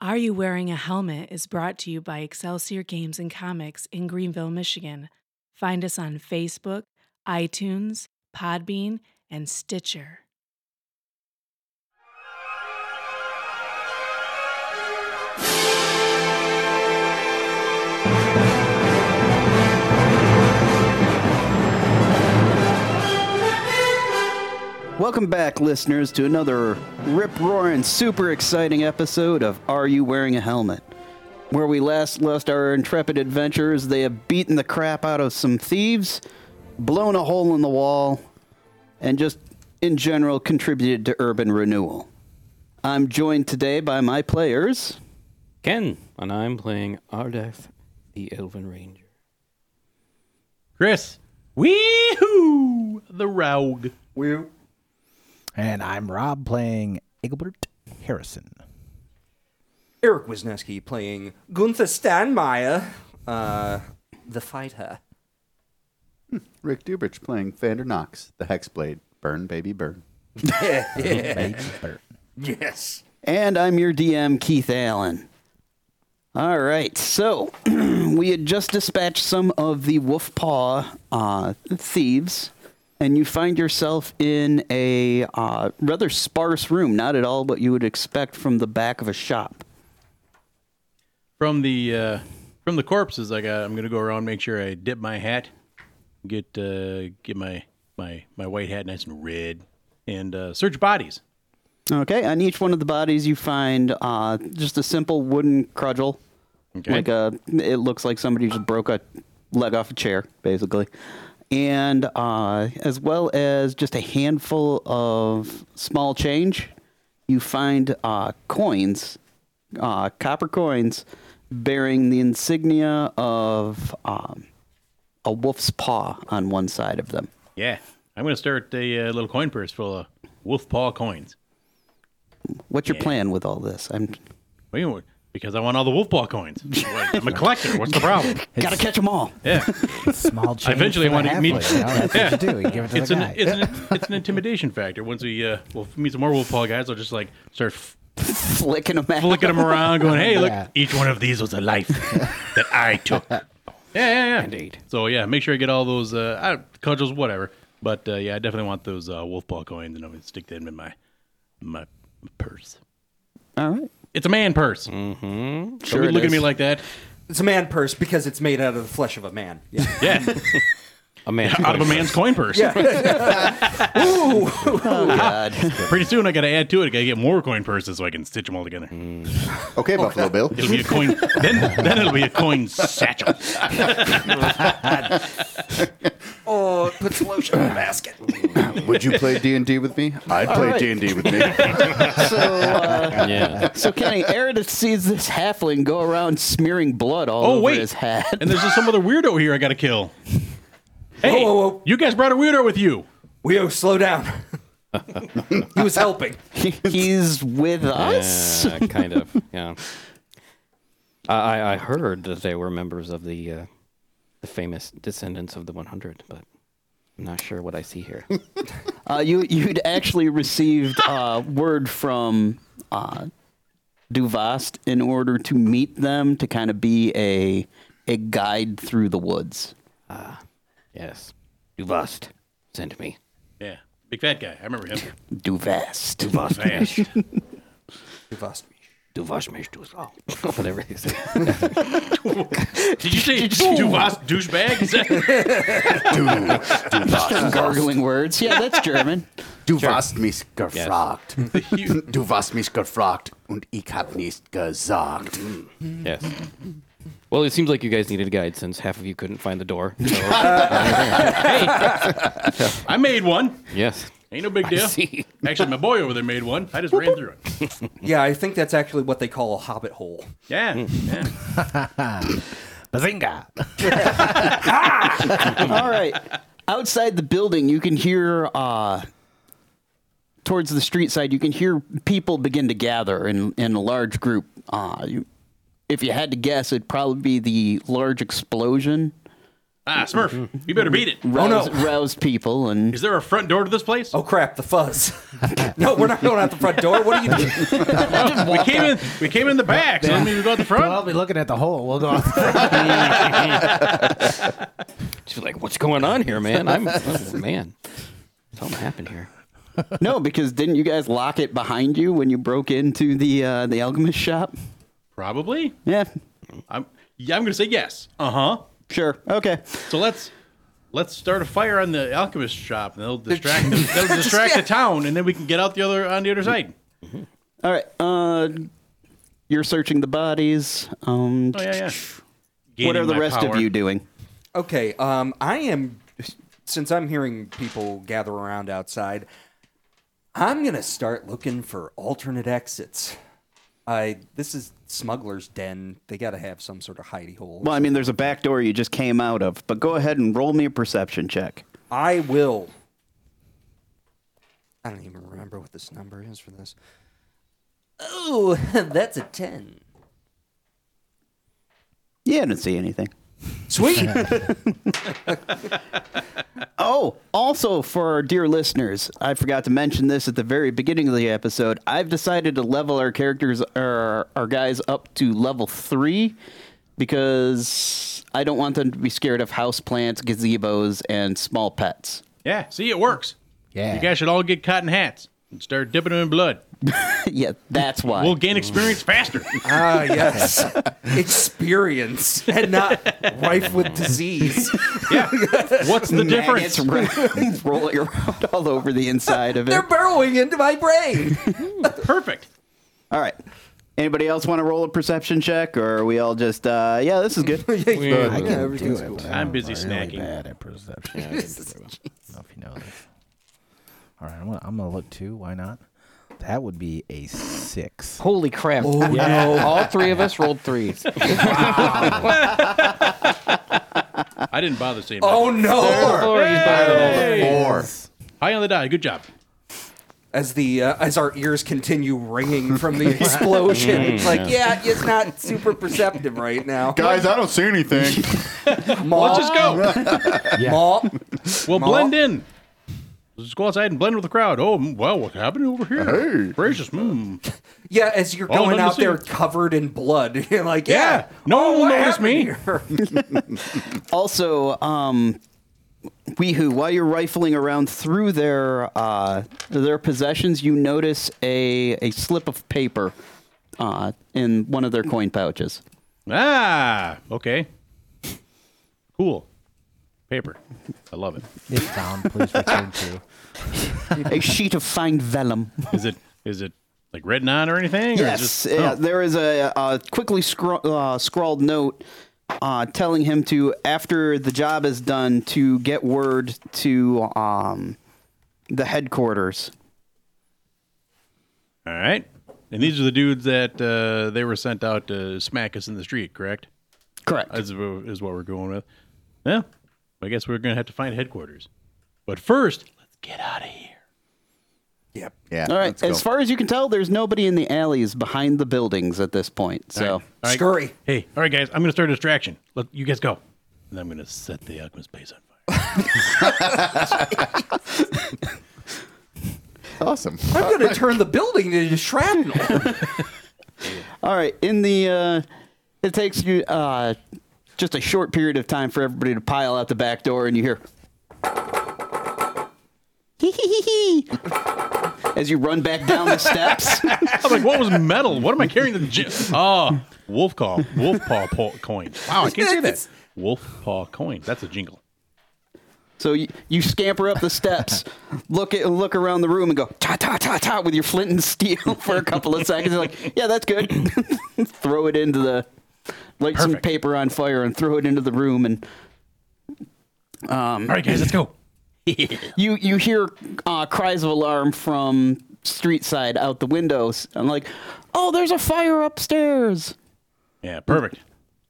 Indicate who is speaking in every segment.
Speaker 1: Are You Wearing a Helmet is brought to you by Excelsior Games and Comics in Greenville, Michigan. Find us on Facebook, iTunes, Podbean, and Stitcher.
Speaker 2: Welcome back, listeners, to another rip roaring, super exciting episode of Are You Wearing a Helmet? Where we last left our intrepid adventurers, they have beaten the crap out of some thieves, blown a hole in the wall, and just in general contributed to urban renewal. I'm joined today by my players.
Speaker 3: Ken, and I'm playing Ardeth, the Elven Ranger.
Speaker 4: Chris. Weehoo! The Raug.
Speaker 5: And I'm Rob playing Engelbert Harrison.
Speaker 6: Eric Wisniewski playing Gunther Steinmeier, uh, the fighter.
Speaker 7: Rick Dubrich playing Vander Knox, the Hexblade. Burn, baby, burn.
Speaker 5: Baby Bert.
Speaker 6: Yes.
Speaker 2: And I'm your DM, Keith Allen. All right, so we had just dispatched some of the wolf paw uh, thieves, and you find yourself in a uh, rather sparse room, not at all what you would expect from the back of a shop.
Speaker 4: From the uh, from the corpses, I got. I'm gonna go around, make sure I dip my hat, get uh, get my my my white hat nice and red, and uh, search bodies.
Speaker 2: Okay, on each one of the bodies, you find uh, just a simple wooden crudgel.
Speaker 4: Okay.
Speaker 2: Like a, it looks like somebody just broke a leg off a chair, basically, and uh, as well as just a handful of small change. You find uh, coins, uh, copper coins, bearing the insignia of um, a wolf's paw on one side of them.
Speaker 4: Yeah, I'm gonna start a uh, little coin purse full of wolf paw coins.
Speaker 2: What's your plan with all this? I'm
Speaker 4: What do you want? Because I want all the wolf paw coins. I'm a collector. What's the problem?
Speaker 2: gotta catch them all.
Speaker 4: Yeah,
Speaker 5: Small change.
Speaker 4: Eventually,
Speaker 5: for
Speaker 4: I
Speaker 5: the
Speaker 4: wanna meet-
Speaker 5: halfling, you know, that's what you do. You give it to
Speaker 4: it's
Speaker 5: the
Speaker 4: an
Speaker 5: guy.
Speaker 4: it's an it's an intimidation factor. Once we uh, well meet some more wolf paw guys, I'll just like start f-
Speaker 2: Flicking them out.
Speaker 4: flicking them around, going, "Hey, look!
Speaker 5: Yeah.
Speaker 4: Each one of these was a life that I took." Yeah, yeah, yeah.
Speaker 3: Indeed.
Speaker 4: So yeah, make sure I get all those uh, I, cudgels, whatever. But uh, yeah, I definitely want those uh, wolf paw coins, and I'm gonna stick them in my my purse.
Speaker 2: All right.
Speaker 4: It's a man purse.
Speaker 2: Sure
Speaker 4: Don't be
Speaker 2: it
Speaker 4: look at
Speaker 2: is.
Speaker 4: me like that.
Speaker 6: It's a man purse because it's made out of the flesh of a man. Yeah.
Speaker 4: Yeah,
Speaker 3: A man
Speaker 4: out of a man's coin purse.
Speaker 2: Oh, God.
Speaker 4: Pretty soon, I gotta add to it. I gotta get more coin purses so I can stitch them all together.
Speaker 7: Okay, Buffalo Bill.
Speaker 4: It'll be a coin. then, then it'll be a coin satchel.
Speaker 6: Or Oh, puts lotion in a basket.
Speaker 7: Would you play D and D with me? I'd play
Speaker 2: right.
Speaker 7: D and D with me.
Speaker 2: so, uh,
Speaker 3: Yeah.
Speaker 2: so Kenny, Eridith sees this halfling go around smearing blood all
Speaker 4: Oh,
Speaker 2: over
Speaker 4: wait.
Speaker 2: his hat.
Speaker 4: And there's just some other weirdo here I gotta kill.
Speaker 6: Whoa,
Speaker 4: Hey,
Speaker 6: whoa, whoa.
Speaker 4: you guys brought a weirdo with you.
Speaker 6: Weo, slow down. he was helping.
Speaker 2: He's with us.
Speaker 3: Yeah, Uh, kind of. Yeah. I, I I heard that they were members of the uh, the famous descendants of the 100, but I'm not sure what I see here.
Speaker 2: Uh, you you'd actually received uh, word from uh, Duvast in order to meet them to kind of be a a guide through the woods.
Speaker 3: yes. Duvast sent me.
Speaker 4: Yeah, big fat guy. I remember him.
Speaker 2: Duvast.
Speaker 3: Duvast mesh.
Speaker 6: You've asked me.
Speaker 3: Duvast mesh Duvast. Whatever they say.
Speaker 4: Did you say Duvast douchebag? Is that-
Speaker 2: Gargling words. Yeah, that's German.
Speaker 7: Du warst mich gefragt. Du warst mich gefragt und ich hab nicht gesagt.
Speaker 3: Yes. Well, it seems like you guys needed a guide since half of you couldn't find the door. So,
Speaker 4: I made one.
Speaker 3: yes.
Speaker 4: Ain't no big deal.
Speaker 3: see.
Speaker 4: Actually, my boy over there made one. I just ran through it.
Speaker 6: Yeah, I think that's actually what they call a hobbit hole.
Speaker 4: Yeah. yeah.
Speaker 5: Bazinga.
Speaker 2: All right. Outside the building, you can hear uh, towards the street side. You can hear people begin to gather in in a large group. Uh, you, if you had to guess, it'd probably be the large explosion
Speaker 4: Ah, Smurf, you better beat it.
Speaker 2: Rouse,
Speaker 6: Oh, no.
Speaker 2: rouse people and
Speaker 4: Oh, Is there a front door to this place?
Speaker 6: Oh crap! The fuzz. no, we're not going out the front door. What are you doing?
Speaker 4: we came in. We came in the back. So let me go out the
Speaker 5: I'll
Speaker 4: front.
Speaker 5: be looking at the hole. We'll go. off the-
Speaker 3: She's like, "What's going on here, man? I'm oh, man. Something happened here."
Speaker 2: no, because didn't you guys lock it behind you when you broke into the uh, the alchemist shop?
Speaker 4: Probably.
Speaker 2: Yeah,
Speaker 4: I'm. Yeah, I'm gonna say yes. Uh huh.
Speaker 2: sure, okay.
Speaker 4: So let's let's start a fire on the alchemist shop, and they'll distract them. They'll distract the town, and then we can get out the other on the other side.
Speaker 2: All right. Uh, you're searching the bodies. Um,
Speaker 4: Oh yeah, yeah.
Speaker 2: what
Speaker 4: Gaining
Speaker 2: are the
Speaker 4: my
Speaker 2: rest
Speaker 4: power.
Speaker 2: of you doing?
Speaker 6: Okay, um, I am since I'm hearing people gather around outside, I'm gonna start looking for alternate exits. I this is smuggler's den. They gotta have some sort of hidey hole.
Speaker 2: Well, I mean, there's a back door you just came out of, but go ahead and roll me a perception check.
Speaker 6: I will. I don't even remember what this number is for this. Oh, that's a ten.
Speaker 2: Yeah, I didn't see anything.
Speaker 6: Sweet.
Speaker 2: Oh, also for our dear listeners, I forgot to mention this at the very beginning of the episode. I've decided to level our characters, our, our guys, up to level three because I don't want them to be scared of houseplants, gazebos, and small pets.
Speaker 4: Yeah. See, it works.
Speaker 5: Yeah.
Speaker 4: You guys should all get cotton hats and start dipping them in blood.
Speaker 2: yeah, that's why.
Speaker 4: We'll gain experience faster.
Speaker 6: ah, yes. Experience and not rife with disease.
Speaker 4: Yeah. What's the difference?
Speaker 2: It's ra- rolling around all over the inside of it.
Speaker 6: They're burrowing into my brain.
Speaker 4: Perfect.
Speaker 2: All right. Anybody else want to roll a perception check, or are we all just, uh, yeah, this is good?
Speaker 5: I
Speaker 6: Yeah,
Speaker 5: can do
Speaker 6: everything's
Speaker 5: it.
Speaker 6: cool.
Speaker 5: but
Speaker 4: I'm
Speaker 5: I'm
Speaker 4: busy
Speaker 5: really
Speaker 4: snacking.
Speaker 5: Bad at perception. I didn't do very well. I don't know if you know this. All right, I'm gonna, I'm gonna look too. Why not? That would be a six.
Speaker 8: Holy crap.
Speaker 3: Oh,
Speaker 8: All three of us rolled threes.
Speaker 4: I didn't bother saying.
Speaker 6: Oh
Speaker 4: Oh.
Speaker 6: no!
Speaker 7: Four.
Speaker 4: High on the die. Good job.
Speaker 6: As the uh, as our ears continue ringing from the explosion, it's like yeah, it's not super perceptive right now.
Speaker 7: Guys, I don't see anything.
Speaker 6: Maul,
Speaker 4: Let's go.
Speaker 6: Maul.
Speaker 4: We'll
Speaker 6: Maul.
Speaker 4: blend in. Let's go outside and blend with the crowd. Oh, mm, well, what happened over here?
Speaker 7: Hey.
Speaker 4: Gracious. Mm.
Speaker 6: Yeah, as you're
Speaker 4: All
Speaker 6: going
Speaker 4: done
Speaker 6: out
Speaker 4: this year.
Speaker 6: there covered in blood, you're like,
Speaker 4: Yeah,
Speaker 6: yeah, Oh,
Speaker 4: no one will
Speaker 6: what
Speaker 4: notice me.
Speaker 6: happened here?
Speaker 2: Also, um, Weehoo, while you're rifling around through their uh, their possessions, you notice a, a slip of paper uh, in one of their coin pouches.
Speaker 4: Ah, okay. Cool. Paper. I love it.
Speaker 5: If found, please return to.
Speaker 2: a sheet of fine vellum.
Speaker 4: Is it is it like written on or anything?
Speaker 2: Yes,
Speaker 4: Or is it-
Speaker 2: yeah,
Speaker 4: oh.
Speaker 2: there is a, a quickly scro- uh, scrawled note uh, telling him to, after the job is done, to get word to um, the headquarters.
Speaker 4: All right. And these are the dudes that uh, they were sent out to smack us in the street, correct?
Speaker 2: Correct.
Speaker 4: Is, is what we're going with. Yeah. I guess we're going to have to find headquarters. But first, let's get out of here.
Speaker 6: yep.
Speaker 7: Yeah.
Speaker 2: All right.
Speaker 7: let's go.
Speaker 2: As far as you can tell, there's nobody in the alleys behind the buildings at this point. So,
Speaker 4: All right.
Speaker 6: Scurry.
Speaker 4: Hey, all right, guys. I'm going to start a distraction. Let you guys go. And I'm going to set the alchemist place on fire.
Speaker 7: Awesome.
Speaker 6: I'm gonna turn the building into shrapnel.
Speaker 2: all right. In the, uh, it takes you uh, just a short period of time for everybody to pile out the back door, and you hear. As you run back down the steps.
Speaker 4: I'm like, what was metal? What am I carrying? in The gym? Oh, wolf call, wolf paw po- coin. Wow, I can't say that. Wolf paw coin. That's a jingle.
Speaker 2: So you, you scamper up the steps, look at look around the room, and go ta ta ta ta with your flint and steel for a couple of seconds. You're like, yeah, that's good. throw it into the light some
Speaker 4: Perfect.
Speaker 2: paper on fire and throw it into the room, and
Speaker 4: All right, guys, let's go.
Speaker 2: you you hear uh, cries of alarm from street side out the windows. I'm like, oh, there's a fire upstairs.
Speaker 4: Yeah, perfect.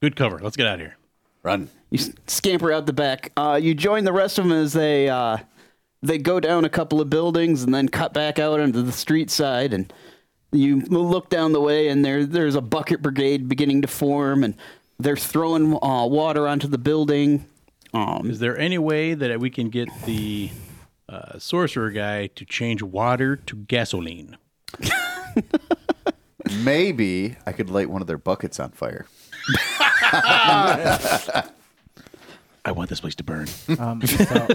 Speaker 4: Good cover. Let's get out of here.
Speaker 7: Run.
Speaker 2: You s- scamper out the back. Uh, you join the rest of them as they uh, they go down a couple of buildings and then cut back out onto the street side. And you look down the way, and there there's a bucket brigade beginning to form, and they're throwing uh, water onto the building.
Speaker 4: Is there any way that we can get the uh, sorcerer guy to change water to gasoline?
Speaker 9: Maybe I could light one of their buckets on fire.
Speaker 4: I want this place to burn.
Speaker 5: Um, so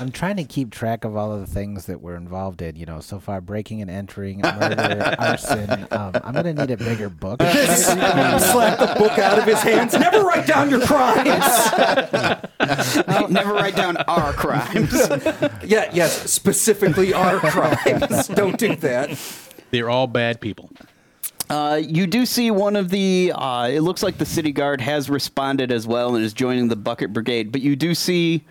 Speaker 5: I'm trying to keep track of all of the things that we're involved in. You know, so far breaking and entering, murder, arson. Um, I'm gonna need a bigger book.
Speaker 6: Slap the book out of his hands. Never write down your crimes.
Speaker 2: Never write down our crimes.
Speaker 6: yeah, yes, specifically our crimes. Don't do that.
Speaker 4: They're all bad people.
Speaker 2: Uh, you do see one of the. Uh, it looks like the city guard has responded as well and is joining the bucket brigade. But you do see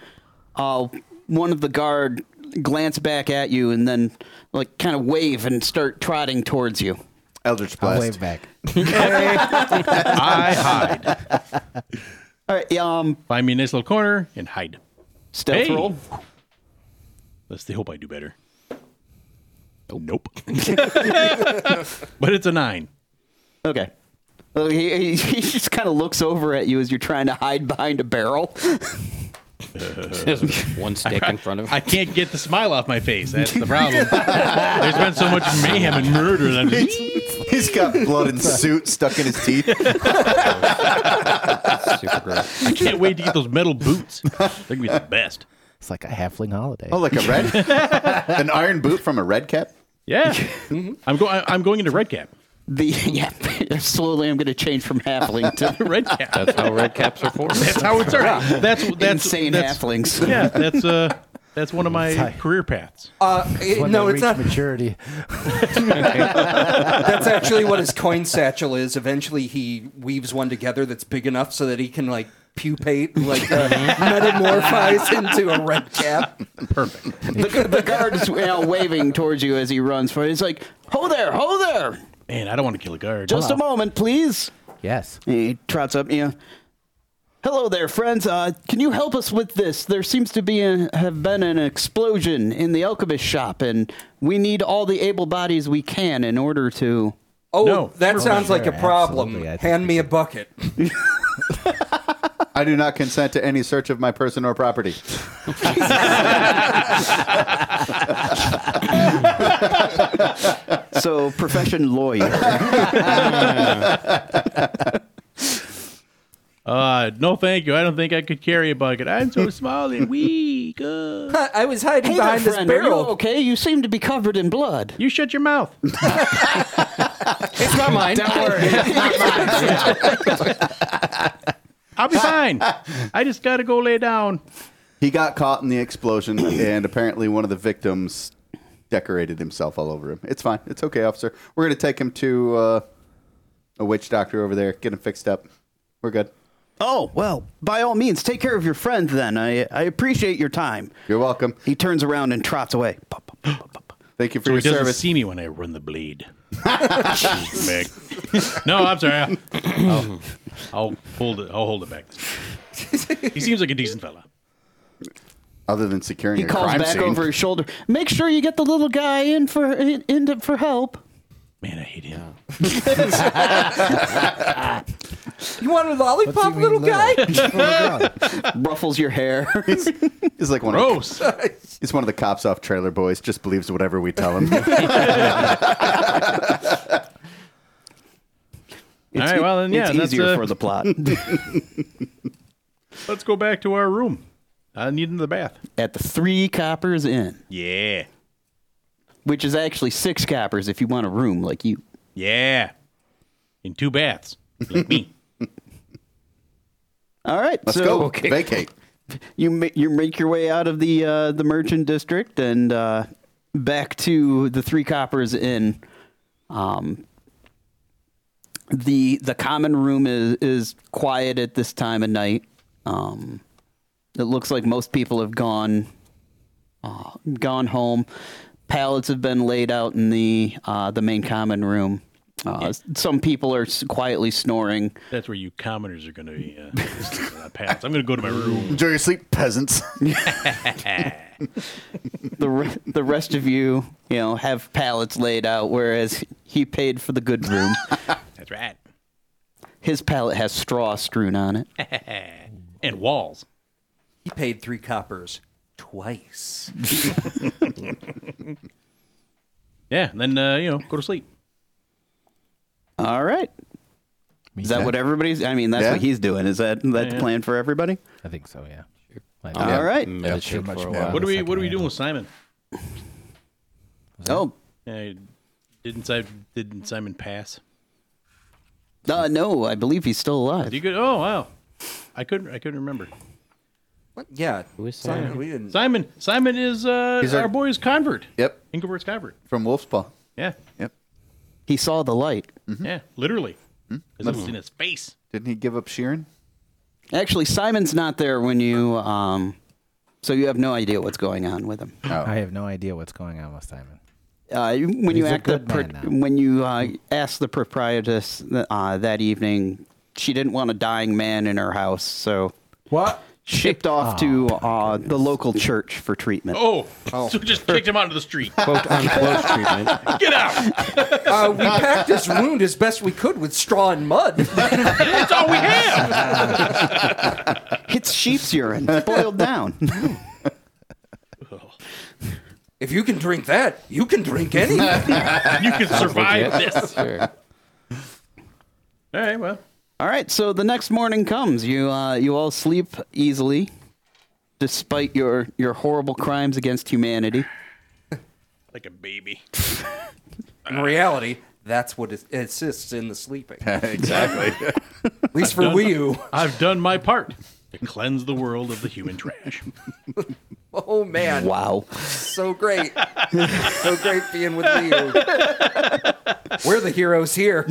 Speaker 2: uh, one of the guard glance back at you and then like kind of wave and start trotting towards you.
Speaker 9: Eldritch
Speaker 5: I'll
Speaker 9: blast.
Speaker 5: wave back.
Speaker 4: I hide.
Speaker 2: All right, um,
Speaker 4: Find me a nice little corner and hide.
Speaker 2: stealth
Speaker 4: Hey.
Speaker 2: roll.
Speaker 4: Let's they hope I do better. Oh, Nope. but it's a nine.
Speaker 2: Okay. Well, he, he, he just kind of looks over at you as you're trying to hide behind a barrel.
Speaker 3: There's one stick in front of
Speaker 4: I can't get the smile off my face. That's the problem. There's been so much mayhem and murder that I'm just,
Speaker 9: He's got blood and suit stuck in his teeth.
Speaker 3: super gross.
Speaker 4: I can't wait to get those metal boots. They're gonna be the best.
Speaker 5: It's like a halfling holiday.
Speaker 9: Oh, like a red, an iron boot from a red cap.
Speaker 4: Yeah, Mm-hmm. I'm going. I'm going into red cap.
Speaker 2: The yeah, slowly I'm going to change from halfling to
Speaker 4: Red cap.
Speaker 3: That's how red caps are formed.
Speaker 4: That's how it started. That's that's
Speaker 2: insane
Speaker 4: that's,
Speaker 2: halflings.
Speaker 4: Yeah, that's uh, that's one of my career paths.
Speaker 6: Uh, it-
Speaker 5: When
Speaker 6: no,
Speaker 5: they
Speaker 6: it's not.
Speaker 5: reach maturity.
Speaker 6: That's actually what his coin satchel is. Eventually, he weaves one together that's big enough so that he can like pupate, like uh,
Speaker 5: Mm-hmm.
Speaker 6: metamorphize into a red cap.
Speaker 2: the, the guard is you know, waving towards you as he runs for it. He's like, "Ho there, ho there!
Speaker 4: Man, I don't want to kill a guard.
Speaker 2: Just a moment, please."
Speaker 5: Yes.
Speaker 2: He trots up. You know, hello there, friends. Uh, can you help us with this? There seems to be a, have been an explosion in the alchemist shop, and we need all the able bodies we can in order to.
Speaker 6: Oh,
Speaker 4: No.
Speaker 6: that sounds like a
Speaker 5: sure,
Speaker 6: problem.
Speaker 5: absolutely, I think
Speaker 6: Hand me a bucket.
Speaker 9: I do not consent to any search of my person or property.
Speaker 2: So, profession lawyer.
Speaker 4: Uh, no, thank you. I don't think I could carry a bucket. I'm so small and weak. Uh,
Speaker 6: I was hiding
Speaker 2: Hey there,
Speaker 6: behind this
Speaker 2: friend. Are you
Speaker 6: barrel.
Speaker 2: okay? You seem to be covered in blood.
Speaker 4: you shut your mouth.
Speaker 8: It's not mine. Don't worry.
Speaker 4: I'll be fine. I just gotta go lay down.
Speaker 9: He got caught in the explosion, and apparently one of the victims decorated himself all over him. It's fine. It's okay, officer. We're gonna take him to uh, a witch doctor over there. Get him fixed up. We're good.
Speaker 2: Oh well, by all means, take care of your friend. Then I I appreciate your time.
Speaker 9: You're welcome.
Speaker 2: He turns around and trots away. Pop, pop, pop, pop, pop.
Speaker 9: Thank you for
Speaker 4: So
Speaker 9: your
Speaker 4: he doesn't
Speaker 9: service.
Speaker 4: see me when I run the blade. Jeez, Meg. no, I'm sorry. I'll, I'll- I'll hold it. I'll hold it back. He seems like a decent fella.
Speaker 9: Other than securing
Speaker 2: He
Speaker 9: a
Speaker 2: calls
Speaker 9: crime
Speaker 2: back
Speaker 9: scene.
Speaker 2: over his shoulder. Make sure you get the little guy in for in, in for help.
Speaker 4: Man, I hate him.
Speaker 6: You want a
Speaker 5: What's he
Speaker 6: lollipop,
Speaker 5: mean,
Speaker 6: little guy?
Speaker 5: Oh, God.
Speaker 2: Ruffles your hair.
Speaker 9: He's like one. Of,
Speaker 4: Gross.
Speaker 9: he's one of the cops off Trailer Boys. Just believes whatever we tell him.
Speaker 4: All right, well, then, yeah,
Speaker 2: it's
Speaker 4: that's,
Speaker 2: easier
Speaker 4: uh,
Speaker 2: for the plot.
Speaker 4: Let's go back to our room. I need another bath.
Speaker 2: At the three coppers in,
Speaker 4: Yeah.
Speaker 2: which is actually six coppers if you want a room like you.
Speaker 4: Yeah. In two baths. Like me.
Speaker 2: All right,
Speaker 9: Let's
Speaker 2: so
Speaker 9: go. Vacate.
Speaker 2: you ma- you make your way out of the uh, the merchant district and uh, back to the three coppers in. Um, the the common room is is quiet at this time of night. Um, it looks like most people have gone uh, gone home. Pallets have been laid out in the uh, the main common room. Uh, some people are s- quietly snoring.
Speaker 4: That's where you commoners are going to be. Uh, sleeping on paths. I'm going to go to my room.
Speaker 9: Enjoy your sleep, peasants.
Speaker 2: the re- the rest of you, you know, have pallets laid out, whereas he paid for the good room.
Speaker 4: That's right.
Speaker 2: His pallet has straw strewn on it.
Speaker 4: And walls.
Speaker 6: He paid three coppers twice.
Speaker 4: Yeah, and then uh, you know, go to sleep.
Speaker 2: All right. Is that
Speaker 4: too.
Speaker 2: what everybody's? I mean, that's
Speaker 4: Yeah.
Speaker 2: what he's doing. Is that that
Speaker 4: Yeah,
Speaker 2: the
Speaker 4: yeah.
Speaker 2: plan for everybody?
Speaker 5: I think so. Yeah.
Speaker 2: All
Speaker 4: Oh, Yeah.
Speaker 2: right.
Speaker 4: Yeah, Meditate sure, for much Oh, a more. while. What do we- what do we doing with Simon? Mm-hmm.
Speaker 2: Oh,
Speaker 4: Yeah, Uh, didn't Simon, didn't Simon pass?
Speaker 2: uh, no, I believe he's still alive.
Speaker 4: You could. Oh wow, I couldn't. I couldn't remember.
Speaker 6: What? Yeah,
Speaker 2: Simon? Simon?
Speaker 6: We didn't.
Speaker 4: Simon. Simon is uh,
Speaker 9: He's
Speaker 4: our,
Speaker 9: our-
Speaker 4: boy's convert.
Speaker 9: Yep.
Speaker 4: Ingeborg's convert.
Speaker 9: From Wolf's Paw.
Speaker 4: Yeah.
Speaker 9: Yep.
Speaker 2: He saw the light.
Speaker 4: Yeah. Literally. Because
Speaker 9: Hmm?
Speaker 4: in his face.
Speaker 9: Didn't he give up Sheeran?
Speaker 2: Actually, Simon's not there when you, um, so you have no idea what's going on with him.
Speaker 5: I have no idea what's going on with Simon.
Speaker 2: Uh, you- when you
Speaker 5: He's a
Speaker 2: act the
Speaker 5: good
Speaker 2: pro- when you uh, asked the proprietress uh, that evening, she didn't want a dying man in her house, so
Speaker 5: what
Speaker 2: shipped off to uh, the local church for treatment.
Speaker 4: Oh, so just kicked him out of the street.
Speaker 2: Quote unquote treatment.
Speaker 4: Get out!
Speaker 6: Uh, we packed his wound as best we could with straw and mud.
Speaker 4: That's all we have.
Speaker 2: It's sheep's urine boiled down.
Speaker 6: If you can drink that, you can drink anything.
Speaker 4: You can survive
Speaker 3: legit.
Speaker 4: this. All right. Well.
Speaker 2: All right, so the next morning comes. You uh, you all sleep easily, despite your your horrible crimes against humanity.
Speaker 4: Like a baby.
Speaker 6: In reality, that's what it assists in the sleeping.
Speaker 9: exactly.
Speaker 6: At least for Wii U.
Speaker 4: I've done my part to cleanse the world of the human trash.
Speaker 6: Oh man,
Speaker 2: Wow.
Speaker 6: so great, so great being with Wii U. We're the heroes here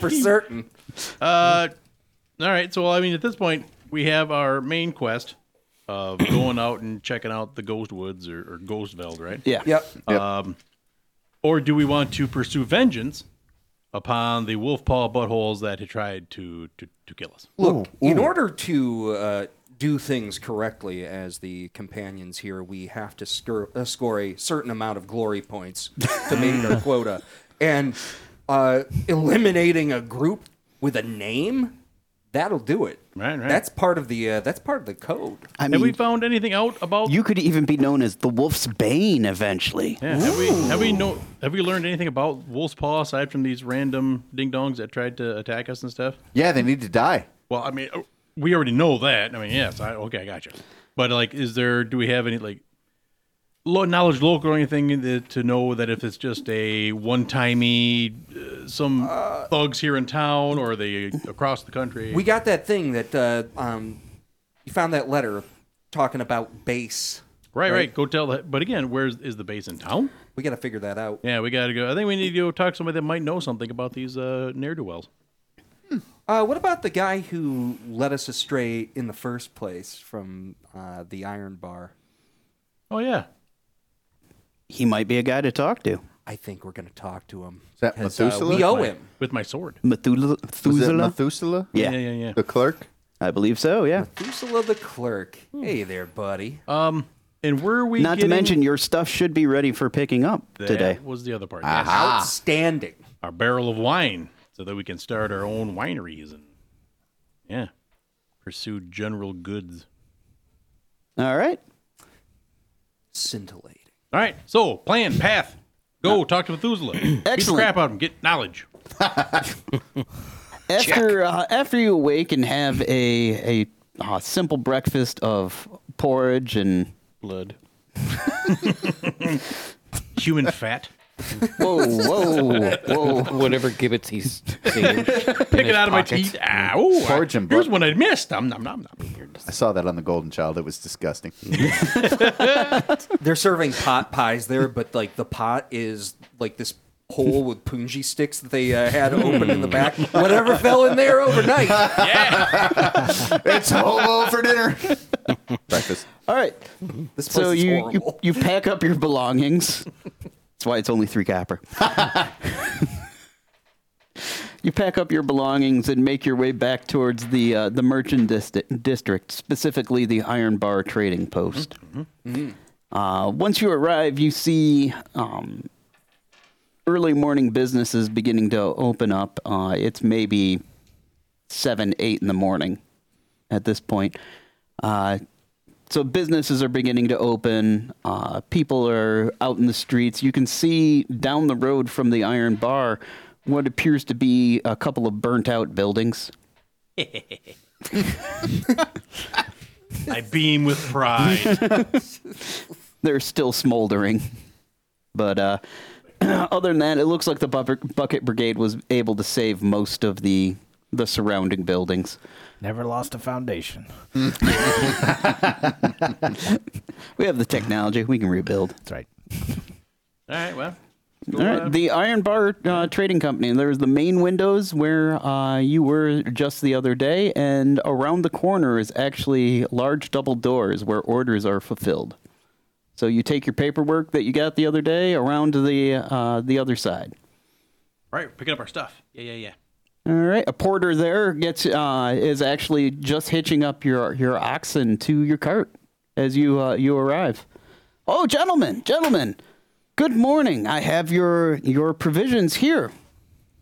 Speaker 6: for certain.
Speaker 4: Uh, all right. So, well, I mean, at this point, we have our main quest of going out and checking out the Ghost Woods or, or Ghostveld, right?
Speaker 2: Yeah.
Speaker 6: Yep.
Speaker 4: Um, or do we want to pursue vengeance upon the wolf paw buttholes that had tried to to, to kill us?
Speaker 6: Look, in order to uh, do things correctly as the companions here, we have to scur- uh, score a certain amount of glory points to meet our quota. And uh, eliminating a group with a name, that'll do it.
Speaker 4: Right, right.
Speaker 6: That's part of the uh, that's part of the code.
Speaker 2: I
Speaker 4: have we
Speaker 2: mean,
Speaker 4: found anything out about?
Speaker 2: you could even be known as the Wolf's Bane eventually.
Speaker 4: yeah, have we have we know have we learned anything about wolf's paw aside from these random ding dongs that tried to attack us and stuff?
Speaker 9: Yeah, they need to die.
Speaker 4: Well, I mean, uh, we already know that. I mean, yes, I okay, I gotcha. But like, is there? Do we have any like lo- knowledge local or anything that, to know that if it's just a one timey uh, some thugs here in town or they across the country?
Speaker 6: We got that thing that uh, um, you found that letter talking about base.
Speaker 4: right, right, Go tell that. But again, where's is the base in town?
Speaker 6: We got to figure that out.
Speaker 4: Yeah, we got to go. I think we need to go talk to somebody that might know something about these uh, ne'er do wells.
Speaker 6: Uh, what about the guy who led us astray in the first place from uh, the Iron Bar?
Speaker 4: Oh yeah,
Speaker 2: He might be a guy to talk to.
Speaker 6: I think we're going to talk to him.
Speaker 9: Is that
Speaker 6: 'Cause, uh,
Speaker 9: Methuselah?
Speaker 6: we owe
Speaker 4: My-
Speaker 6: him.
Speaker 4: with my sword.
Speaker 2: Methula-
Speaker 9: Was it
Speaker 2: Methuselah?
Speaker 9: Methuselah?
Speaker 2: Yeah.
Speaker 4: yeah, yeah.
Speaker 9: The clerk?
Speaker 2: I believe so, yeah.
Speaker 6: Methuselah the clerk.
Speaker 2: Hmm.
Speaker 6: Hey there, buddy.
Speaker 4: Um, and were we
Speaker 2: Not to
Speaker 4: getting-
Speaker 2: mention, your stuff should be ready for picking up
Speaker 4: that
Speaker 2: today.
Speaker 4: was the other part. Yes.
Speaker 9: Ah.
Speaker 6: Outstanding.
Speaker 4: our barrel of wine so that we can start our own wineries and yeah pursue general goods
Speaker 2: All right.
Speaker 6: Scintillating.
Speaker 4: all right so plan path go talk to methuselah beat the
Speaker 2: Excellent.
Speaker 4: crap out of him get knowledge
Speaker 2: After uh, after you awake and have a a uh, simple breakfast of porridge and
Speaker 3: Blood.
Speaker 4: human fat
Speaker 2: whoa whoa whoa
Speaker 3: Whatever gibbets he's seeing.
Speaker 4: pick it out of my teeth ah, ooh, I-
Speaker 9: Forge and
Speaker 4: here's
Speaker 9: butt.
Speaker 4: one i missed i'm nom, nom, nom.
Speaker 9: I saw that on the Golden Child. It was disgusting.
Speaker 6: They're serving pot pies there, but like the pot is like this hole with punji sticks that they uh,
Speaker 2: Hmm.
Speaker 6: had open in the back. Whatever fell in there overnight.
Speaker 9: it's hobo for dinner. Breakfast.
Speaker 2: all right
Speaker 6: This place
Speaker 2: so
Speaker 6: is
Speaker 2: you, you
Speaker 6: horrible.
Speaker 2: you pack up your belongings that's why it's only three copper you pack up your belongings and make your way back towards the uh, the merchant dist- district specifically the iron bar trading post Uh, once you arrive you see um, early morning businesses beginning to open up uh, it's maybe seven eight in the morning at this point uh, so businesses are beginning to open. Uh, people are out in the streets. You can see down the road from the Iron Bar what appears to be a couple of burnt out buildings.
Speaker 4: I beam with pride.
Speaker 2: They're still smoldering. But uh, other than that, it looks like the bucket bucket brigade was able to save most of the the surrounding buildings.
Speaker 5: Never lost a foundation.
Speaker 2: We have the technology; we can rebuild. That's
Speaker 5: right.
Speaker 4: All right, well.
Speaker 2: All right, the Iron Bar uh, Trading Company. There's the main windows where uh, you were just the other day, and around the corner is actually large double doors where orders are fulfilled. So you take your paperwork that you got the other day around to the uh, the other side.
Speaker 4: Right, picking up our stuff. Yeah, yeah, yeah.
Speaker 2: All right, a porter there gets uh, is actually just hitching up your your oxen to your cart as you uh, you arrive. Oh, gentlemen, gentlemen, good morning. I have your your provisions here.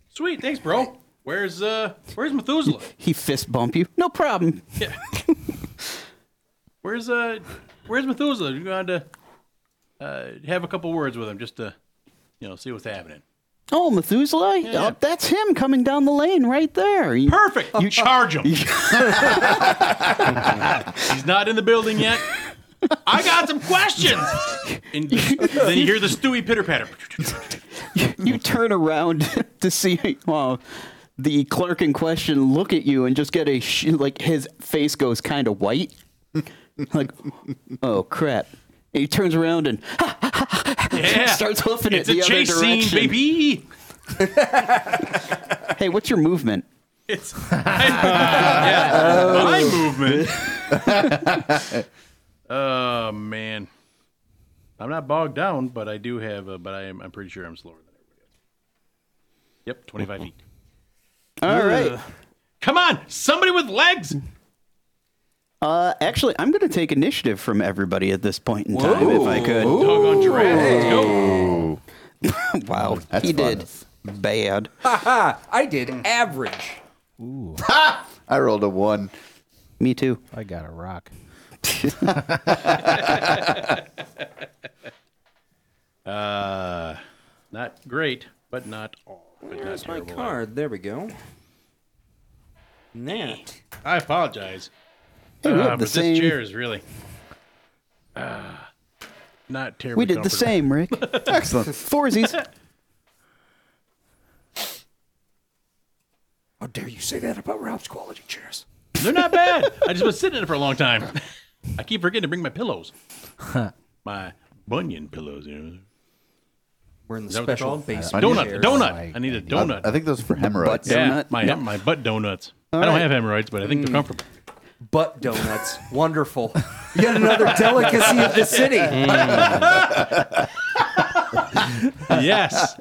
Speaker 4: Sweet, thanks, bro. Where's uh where's Methuselah?
Speaker 2: He fist bump you. No problem.
Speaker 4: Where's uh where's Methuselah? You going to uh have a couple words with him just to you know, see what's happening.
Speaker 2: Oh, Methuselah, Oh, that's him coming down the lane right there. You-
Speaker 4: Perfect. You charge him. He's not in the building yet. I got some questions. And then you hear the Stewie pitter patter.
Speaker 2: you turn around to see well, the clerk in question look at you and just get a sh- like his face goes kind of white like oh crap and he turns around and
Speaker 4: Yeah.
Speaker 2: starts hoofing
Speaker 4: it's
Speaker 2: it the
Speaker 4: a
Speaker 2: other
Speaker 4: chase scene,
Speaker 2: direction.
Speaker 4: baby.
Speaker 2: hey what's your movement
Speaker 4: It's yeah, my movement. oh man, I'm not bogged down, but I do have. A, but I am. I'm pretty sure I'm slower than everybody else. Yep, 25 feet.
Speaker 2: All right.
Speaker 4: Come on, somebody with legs.
Speaker 2: uh actually i'm gonna take initiative from everybody at this point in time if i could
Speaker 4: Doggone giraffe. Let's go.
Speaker 2: wow he did bad
Speaker 6: Haha, I did average.
Speaker 9: I rolled a one.
Speaker 2: me too
Speaker 5: I got a rock.
Speaker 4: Uh, not great, but not all. But not
Speaker 6: There's my
Speaker 4: terrible.
Speaker 6: card. There we go. Nat.
Speaker 4: I apologize.
Speaker 2: we
Speaker 4: Uh,
Speaker 2: have
Speaker 4: but
Speaker 2: the
Speaker 4: this
Speaker 2: same-
Speaker 4: chair is really uh, not terrible.
Speaker 2: we did the same rick excellent foursies
Speaker 6: How dare you say that about Ralph's quality chairs?
Speaker 4: They're not bad. I just been sitting in it for a long time. I keep forgetting to bring my pillows. my bunion pillows, you know.
Speaker 6: We're in the
Speaker 4: Is that what they're
Speaker 6: special
Speaker 4: called? Uh,
Speaker 6: basement.
Speaker 4: Donut,
Speaker 6: chairs.
Speaker 4: donut. I need a donut.
Speaker 9: I think those are for hemorrhoids.
Speaker 2: butt-
Speaker 4: yeah,
Speaker 2: Donut?
Speaker 4: my
Speaker 2: Yep.
Speaker 4: my butt donuts. I don't
Speaker 2: right.
Speaker 4: have hemorrhoids, but I think they're comfortable.
Speaker 6: Butt donuts. Wonderful. Yet another delicacy of the city.
Speaker 4: yes,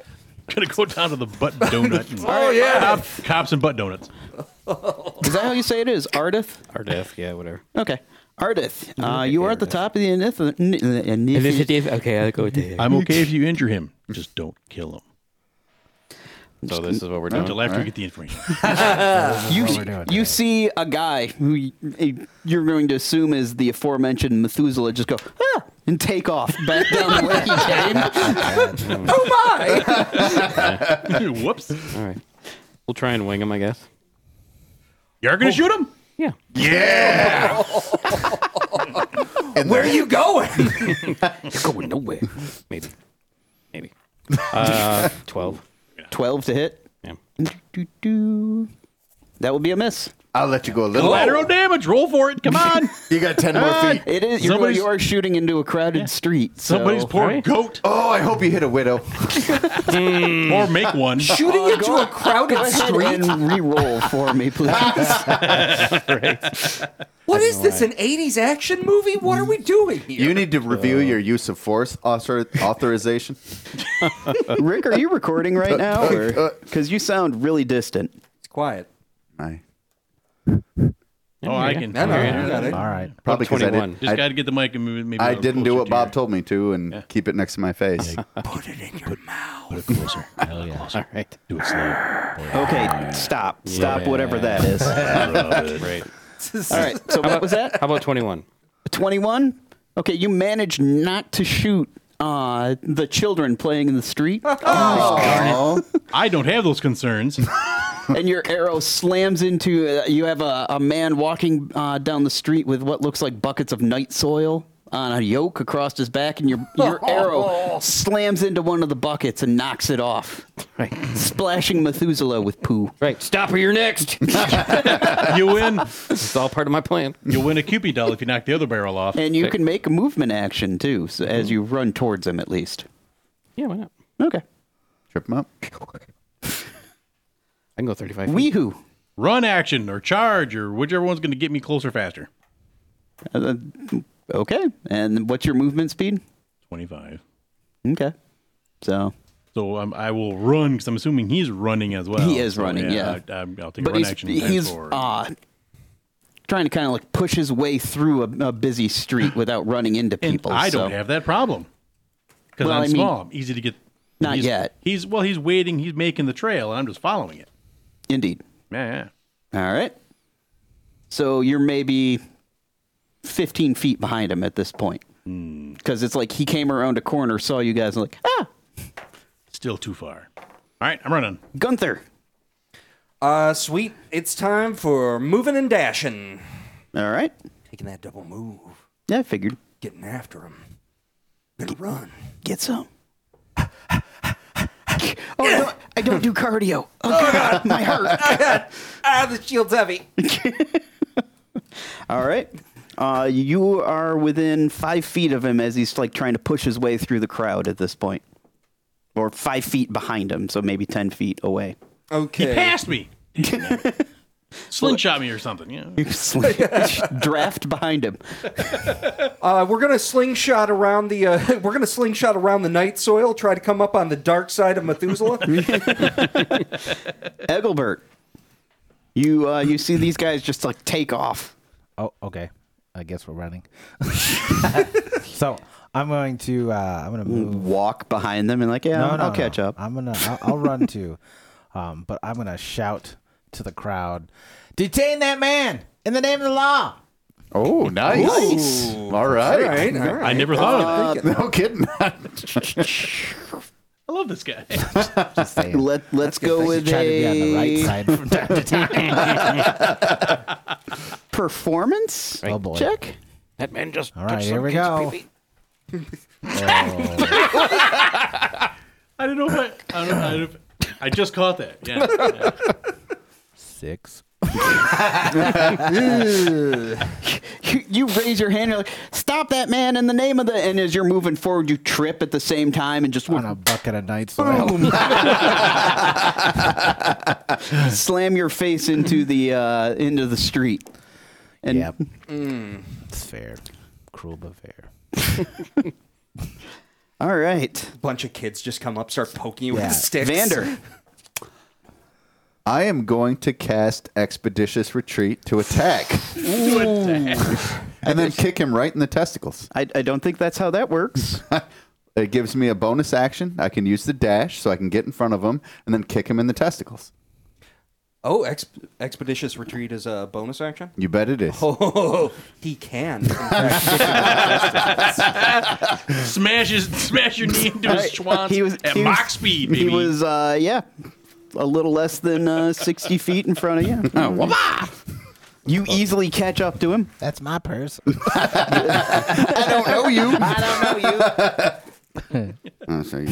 Speaker 4: gonna go down to the butt donut. and-
Speaker 6: Oh, yeah.
Speaker 4: Cop- cops and butt donuts.
Speaker 2: is that how you say it is ardith
Speaker 3: Ardeth, yeah, whatever.
Speaker 2: Okay. Ardith, uh, you are at the top of the uh, initiative. initiative.
Speaker 8: Okay, I'll go there.
Speaker 4: I'm okay if you injure him, just don't kill him
Speaker 3: So this is what we're doing.
Speaker 4: until after we get the information.
Speaker 2: Ah. You,
Speaker 5: we're doing
Speaker 2: you see a guy who y- you're going to assume is the aforementioned Methuselah just go, ah, and take off back down the way he came.
Speaker 6: oh, my.
Speaker 4: Whoops!
Speaker 3: All right, we'll try and wing him, I guess.
Speaker 4: You're gonna shoot him.
Speaker 3: Yeah.
Speaker 9: And
Speaker 6: Where are you going?
Speaker 3: Going nowhere. Maybe. Maybe. Uh, Twelve.
Speaker 2: 12 to hit.
Speaker 3: Yeah.
Speaker 2: Do-do-do. That would be a miss.
Speaker 9: I'll let you go a little.
Speaker 4: Lateral damage. Roll for it. Come on.
Speaker 9: You got ten more feet.
Speaker 2: It is, you're,
Speaker 4: Somebody's-
Speaker 2: you are shooting into a crowded street. so-
Speaker 4: Somebody's poor
Speaker 3: right.
Speaker 4: goat,
Speaker 9: Oh, I hope you hit a widow.
Speaker 4: or make one.
Speaker 6: Shooting into a crowded
Speaker 2: Go ahead
Speaker 6: street?
Speaker 2: and re-roll for me, please.
Speaker 6: What is this, an 80s action movie? What are we doing here?
Speaker 9: You need to review
Speaker 6: Uh,
Speaker 9: your use of force author- authorization.
Speaker 2: Rick, are you recording right now? Because you sound really distant.
Speaker 6: It's quiet.
Speaker 9: I
Speaker 4: Oh, I can.
Speaker 6: No, no,
Speaker 4: hear you.
Speaker 6: you got it.
Speaker 5: All right.
Speaker 9: probably 'cause I
Speaker 3: 21.
Speaker 9: didn't.
Speaker 4: Just got
Speaker 9: I,
Speaker 4: to get the mic and move. Maybe a
Speaker 9: I
Speaker 4: little
Speaker 9: didn't do
Speaker 4: closer
Speaker 9: what
Speaker 4: to
Speaker 9: Bob
Speaker 4: your-
Speaker 9: told me to, and keep it next to my face.
Speaker 6: Put it in your mouth.
Speaker 4: Put it closer. Hell yeah.
Speaker 3: All right.
Speaker 4: Do it slow.
Speaker 2: Okay, stop. Stop whatever that is.
Speaker 4: Love it.
Speaker 3: Great.
Speaker 2: All right, so what was that?
Speaker 3: How about twenty-one?
Speaker 2: 21? Okay, you managed not to shoot uh, the children playing in the street.
Speaker 4: I don't have those concerns.
Speaker 2: and your arrow slams into. Uh, you have a, a man walking uh, down the street with what looks like buckets of night soil on a yoke across his back, and your your arrow slams into one of the buckets and knocks it off, right. splashing Methuselah with poo.
Speaker 3: Right, stop or you're next.
Speaker 4: you win.
Speaker 3: It's all part of my plan.
Speaker 4: You'll win a Cupid doll if you knock the other barrel off.
Speaker 2: And you can make a movement action too, so as you run towards him at least.
Speaker 3: Yeah, why not?
Speaker 2: Okay.
Speaker 9: Trip him up.
Speaker 3: I can go 35 feet.
Speaker 2: Weehoo.
Speaker 4: Run action or charge or whichever one's going to get me closer faster.
Speaker 2: Uh, okay. And what's your movement speed?
Speaker 4: 25.
Speaker 2: Okay. So,
Speaker 4: So um, I will run because I'm assuming he's running as well.
Speaker 2: He is
Speaker 4: So,
Speaker 2: running,
Speaker 4: I, I'm- I'll take
Speaker 2: but
Speaker 4: a run
Speaker 2: he's
Speaker 4: action. and
Speaker 2: he's
Speaker 4: forward.
Speaker 2: uh, trying to kind of like push his way through a, a busy street without running into
Speaker 4: And
Speaker 2: people.
Speaker 4: I don't
Speaker 2: so-
Speaker 4: have that problem because
Speaker 2: Well,
Speaker 4: I'm
Speaker 2: I mean-
Speaker 4: small. I'm easy to get.
Speaker 2: Not
Speaker 4: he's-
Speaker 2: yet.
Speaker 4: He's well. He's waiting. He's making the trail, and I'm just following it.
Speaker 2: Indeed.
Speaker 4: Yeah, yeah.
Speaker 2: All right. So you're maybe 15 feet behind him at this point.
Speaker 4: Hmm.
Speaker 2: Because it's like he came around a corner, saw you guys, and like, ah,
Speaker 4: Still too far. All right, I'm running.
Speaker 2: Gunther.
Speaker 6: Uh, sweet. It's time for moving and dashing.
Speaker 2: All right.
Speaker 6: Taking that double move,
Speaker 2: Yeah, I figured.
Speaker 6: getting after him. Gonna run.
Speaker 2: Get some. oh, no, I don't do cardio. Oh, God, my heart.
Speaker 6: Ah, the shield's heavy.
Speaker 2: All right. Uh, you are within five feet of him as he's like trying to push his way through the crowd at this point, or five feet behind him, so maybe ten feet away.
Speaker 4: He
Speaker 6: Okay.
Speaker 4: passed me. Slingshot me or something. Yeah.
Speaker 2: Draft behind him.
Speaker 6: Uh, we're gonna slingshot around the. Uh, we're gonna slingshot around the night soil. Try to come up on the dark side of Methuselah.
Speaker 2: Egglebert, you uh, you see these guys just like take off.
Speaker 5: Oh, okay. I guess we're running. so I'm going to uh, I'm
Speaker 2: Mm.
Speaker 5: going to move.
Speaker 2: Walk behind them and like, yeah, I'll catch up.
Speaker 5: I'm gonna. I'll, I'll run too, um, but I'm gonna shout to the crowd, "Detain that man in the name of the law!"
Speaker 9: Oh, nice. All
Speaker 6: all
Speaker 9: right.
Speaker 6: right. All
Speaker 4: I
Speaker 6: right.
Speaker 4: never thought. of it.
Speaker 9: No kidding.
Speaker 4: I love this guy.
Speaker 5: Just saying.
Speaker 2: Let Let's go
Speaker 5: Try
Speaker 2: with
Speaker 5: to be on the right
Speaker 2: a
Speaker 5: side from time to time.
Speaker 2: performance
Speaker 5: Oh boy!
Speaker 2: check.
Speaker 3: That man just.
Speaker 5: All right, here we go.
Speaker 4: I don't know if I. I, don't, I, don't, I just caught that. Yeah. yeah.
Speaker 5: Six.
Speaker 2: You, you raise your hand. You're like, "Stop that man!" In the name of the and as you're moving forward, you trip at the same time and just
Speaker 5: On a bucket of night soil.
Speaker 2: slam your face into the uh, into the street. And
Speaker 5: Yep. It's fair. Cruel but fair.
Speaker 2: all right,
Speaker 6: bunch of kids just come up, start poking you
Speaker 5: Yeah.
Speaker 6: with sticks.
Speaker 2: Vander,
Speaker 9: I am going to cast Expeditious Retreat to attack. and then kick him right in the testicles.
Speaker 2: I, I don't think that's how that works.
Speaker 9: It gives me a bonus action. I can use the dash so I can get in front of him and then kick him in the testicles.
Speaker 6: Oh, ex- expeditious retreat is a bonus action.
Speaker 9: You bet it is.
Speaker 6: Oh, he can.
Speaker 4: smash his, smash your knee into his schwanz
Speaker 2: he was
Speaker 4: at
Speaker 2: he
Speaker 4: mock
Speaker 2: was-
Speaker 4: speed. Baby.
Speaker 2: He was uh, yeah, a little less than uh, sixty feet in front of you.
Speaker 9: Oh. Mm-hmm.
Speaker 2: You easily catch up to him.
Speaker 5: That's my purse.
Speaker 9: I don't know you.
Speaker 2: I don't know you.
Speaker 9: Oh, sorry.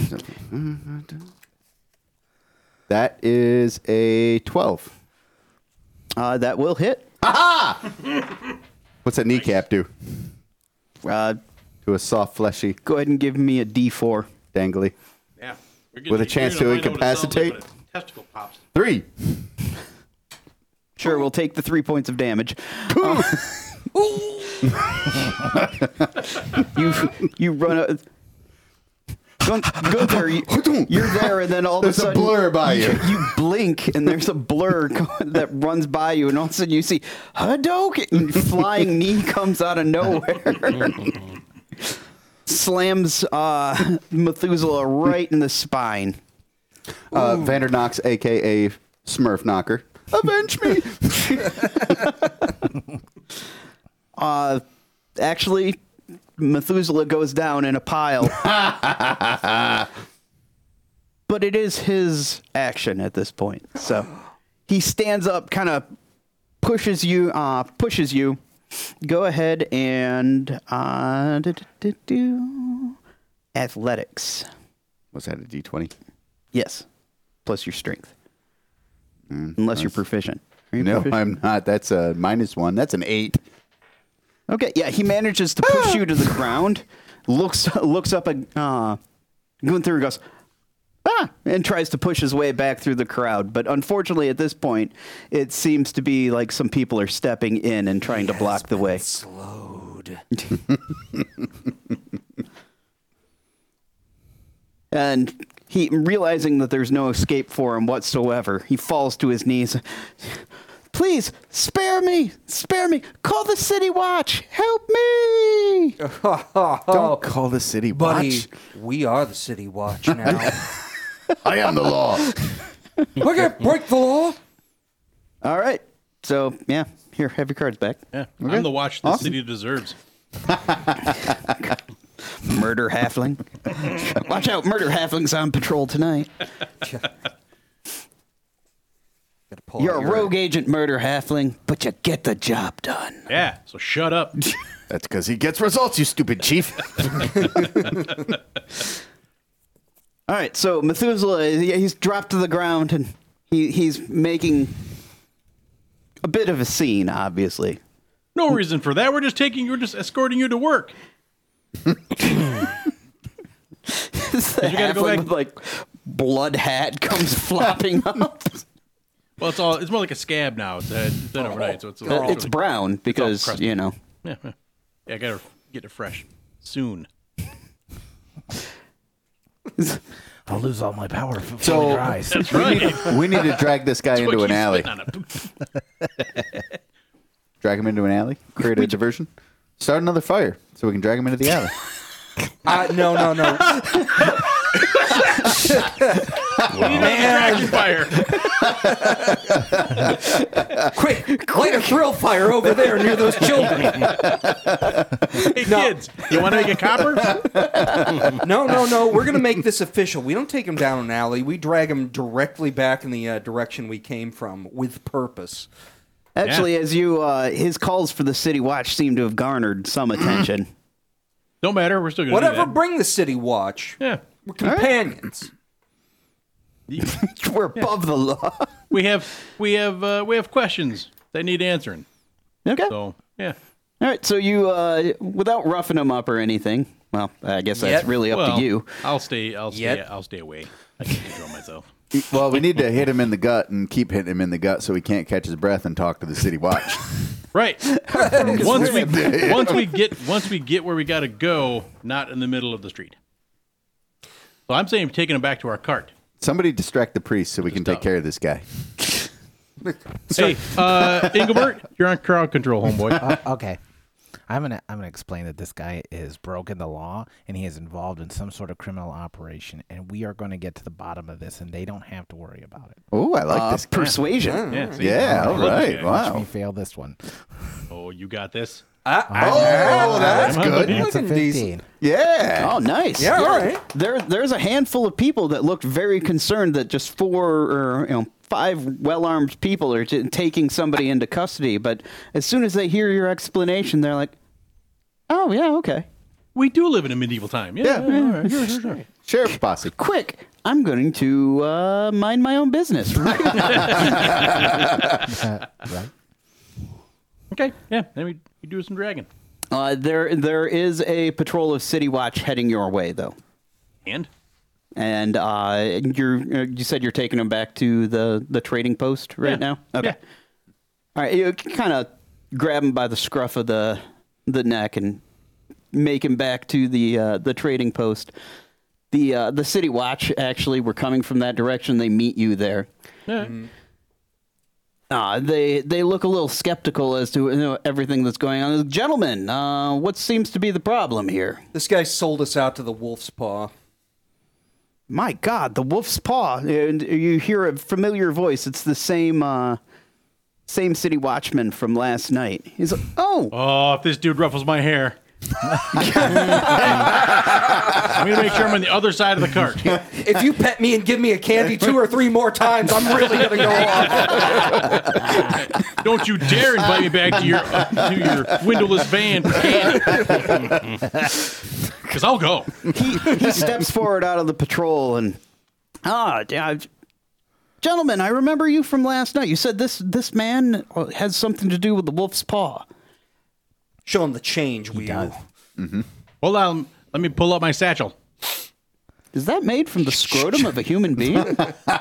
Speaker 9: That is a 12.
Speaker 2: Uh, that will hit.
Speaker 9: What's a kneecap do
Speaker 2: Uh,
Speaker 9: to a soft, fleshy,
Speaker 2: go ahead and give me a D four.
Speaker 9: dangly?
Speaker 4: yeah. We're
Speaker 9: with a
Speaker 4: gonna-
Speaker 9: chance
Speaker 4: you're gonna
Speaker 9: to
Speaker 4: find out what it sounds like
Speaker 9: incapacitate?
Speaker 4: when a Testicle pops.
Speaker 9: Three.
Speaker 2: Sure, we'll take the three points of damage. Um, you you run out. Gun, Gunther, you, you're there, and then all
Speaker 9: There's
Speaker 2: of a
Speaker 9: a
Speaker 2: sudden
Speaker 9: blur by you.
Speaker 2: you blink, and there's a blur co- that runs by you, and all of a sudden you see Hadouken, and flying knee comes out of nowhere, slams uh, Methuselah right in the spine.
Speaker 9: Uh, Vander Knox, a.k.a. Smurf Knocker. Avenge me.
Speaker 2: Uh, Actually, Methuselah goes down in a pile. but it is his action at this point. So he stands up, kind of pushes you, uh, pushes you. Go ahead and uh, do, do, do, athletics.
Speaker 9: Was that a D20?
Speaker 2: Yes, plus your strength. Unless you're proficient. Are you
Speaker 9: Mm, no,
Speaker 2: proficient?
Speaker 9: I'm not. That's a minus one. That's an eight.
Speaker 2: Okay, yeah, he manages to push you to the ground. Looks looks up at uh, Gunther and goes, ah, and tries to push his way back through the crowd. But unfortunately, at this point, it seems to be like some people are stepping in and trying to block the way.
Speaker 6: Slowed.
Speaker 2: And he, realizing that there's no escape for him whatsoever, he falls to his knees. Please spare me, spare me. Call the city watch. Help me.
Speaker 9: Don't call the city
Speaker 6: Buddy,
Speaker 9: watch.
Speaker 6: we are the city watch now.
Speaker 9: I am the law.
Speaker 6: We're gonna break the law.
Speaker 2: All right. So yeah, here, have your cards back.
Speaker 4: Yeah,
Speaker 2: Okay.
Speaker 4: I'm the watch the
Speaker 2: Awesome.
Speaker 4: city deserves.
Speaker 2: Murder halfling. Watch out, murder halfling's on patrol tonight.
Speaker 6: Gotta pull
Speaker 2: You're
Speaker 6: out
Speaker 2: a
Speaker 6: your-
Speaker 2: rogue agent, murder halfling, but you get the job done.
Speaker 4: Yeah, so shut up.
Speaker 9: That's because he gets results, you stupid chief.
Speaker 2: All right, so Methuselah, he- he's dropped to the ground and he, he's making a bit of a scene, obviously.
Speaker 4: No reason for that. We're just taking you, we're just escorting you to work.
Speaker 2: This
Speaker 4: gotta
Speaker 2: halfling
Speaker 4: go back-
Speaker 2: with like blood hat comes flopping up.
Speaker 4: Well, it's all it's more like a scab now. It's, uh, it's been overnight, so it's
Speaker 2: Uh, it's brown because
Speaker 4: crusty.
Speaker 2: you know.
Speaker 4: yeah, yeah. Yeah, I gotta get it fresh soon.
Speaker 5: I'll lose all my power before
Speaker 9: So-
Speaker 5: it dries.
Speaker 9: we need to drag this guy
Speaker 4: What
Speaker 9: into an
Speaker 4: you
Speaker 9: alley.
Speaker 4: spit on it.
Speaker 9: Drag him into an alley. Create a diversion. Start another fire so we can drag him into the alley.
Speaker 6: Uh, no, no, no.
Speaker 4: Dragon fire.
Speaker 6: Quick, light a thrill fire over there near those children.
Speaker 4: Hey kids, you want to make a copper?
Speaker 6: No, no, no. We're gonna make this official. We don't take him down an alley. We drag him directly back in the uh, direction we came from with purpose.
Speaker 2: Actually, as you uh, his calls for the city watch seem to have garnered some attention.
Speaker 4: Don't matter. We're still gonna
Speaker 6: Whatever,
Speaker 4: Do that.
Speaker 6: bring the city watch.
Speaker 4: Yeah,
Speaker 6: We're companions.
Speaker 2: We're above the law.
Speaker 4: we have we have uh, we have questions that need answering.
Speaker 2: Okay.
Speaker 4: So yeah,
Speaker 2: All right, so you, uh, without roughing them up or anything, well, I guess that's
Speaker 6: Yep.
Speaker 2: really up
Speaker 4: well,
Speaker 2: to you.
Speaker 4: I'll stay. I'll stay.
Speaker 6: Yet.
Speaker 4: I'll stay away. I can control myself.
Speaker 9: well, we need to hit him in the gut and keep hitting him in the gut so he can't catch his breath and talk to the city watch.
Speaker 4: Right. once we once we get once we get where we got to go, not in the middle of the street. So I'm saying taking him back to our cart.
Speaker 9: Somebody distract the priest so we can
Speaker 4: Just
Speaker 9: take
Speaker 4: up.
Speaker 9: care of this guy.
Speaker 4: Hey, uh, Engelbert, you're on crowd control,
Speaker 2: Uh-huh.
Speaker 4: homeboy.
Speaker 5: okay. I'm gonna I'm gonna explain that this guy is broken the law and he is involved in some sort of criminal operation and we are gonna get to the bottom of this and they don't have to worry about it.
Speaker 9: Oh, I like
Speaker 2: Uh,
Speaker 9: this.
Speaker 2: persuasion.
Speaker 4: Yeah, see?
Speaker 9: Yeah, all right.
Speaker 4: Yeah.
Speaker 5: Watch me
Speaker 9: Wow.
Speaker 5: fail this one.
Speaker 4: Oh, you got this.
Speaker 9: Oh, that's good.
Speaker 5: That's a
Speaker 6: Looking decent.
Speaker 5: fifteen.
Speaker 9: Yeah.
Speaker 2: Oh, nice.
Speaker 6: Yeah, all right.
Speaker 2: There, there's a handful of people that looked very concerned that just four or you know five well-armed people are t- taking somebody into custody. But as soon as they hear your explanation, they're like, "Oh yeah, okay.
Speaker 4: We do live in a medieval time.
Speaker 9: Yeah.
Speaker 4: Yeah. yeah, all right, sure, sure, sure.
Speaker 9: Sheriff's posse.
Speaker 2: Quick, I'm going to uh, mind my own business."
Speaker 5: right.
Speaker 4: Okay. Yeah. Then we, we do some dragging.
Speaker 2: uh, there, there is a patrol of City Watch heading your way, though.
Speaker 4: And
Speaker 2: And uh, you're, uh, you said you're taking them back to the, the trading post right
Speaker 4: Yeah.
Speaker 2: now. Okay.
Speaker 4: Yeah.
Speaker 2: All right. You kind of grab him by the scruff of the the neck and make him back to the uh, the trading post. The uh, the city watch actually were coming from that direction. They meet you there.
Speaker 4: yeah.
Speaker 2: Uh, they they look a little skeptical as to you know, everything that's going on. Gentlemen, uh, what seems to be the problem here?
Speaker 6: This guy sold us out to the wolf's paw.
Speaker 2: My God, the wolf's paw. And you hear a familiar voice. It's the same uh, same city watchman from last night. He's like, oh,
Speaker 4: Oh, if this dude ruffles my hair. I'm going to make sure I'm on the other side of the cart.
Speaker 6: If you pet me and give me a candy two or three more times, I'm really going to go off.
Speaker 4: Don't you dare invite me back to your uh, to your windowless van for candy. Because I'll go.
Speaker 2: he, he steps forward out of the patrol and ah, d- uh, gentlemen, I remember you from last night. You said this this man uh, has something to do with the wolf's paw.
Speaker 6: Show him the change we owe.
Speaker 4: Hold on. um, Let me pull up my satchel.
Speaker 2: Is that made from the scrotum of a human being?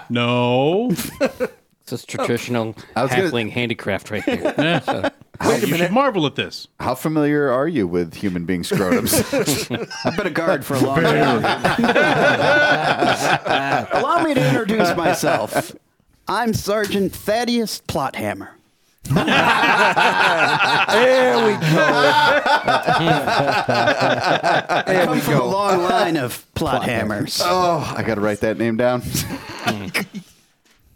Speaker 4: No.
Speaker 3: It's just traditional
Speaker 5: Oh.
Speaker 9: I was gonna-
Speaker 3: halfling handicraft right here.
Speaker 4: Eh. Wait a minute. Marvel at this.
Speaker 9: How familiar are you with human being scrotums?
Speaker 2: I've been a guard for a long time. Allow me to introduce myself. I'm Sergeant Thaddeus Plothammer.
Speaker 6: There we go.
Speaker 2: I come from a long line of plot hammers.
Speaker 9: oh, I got to write that name down.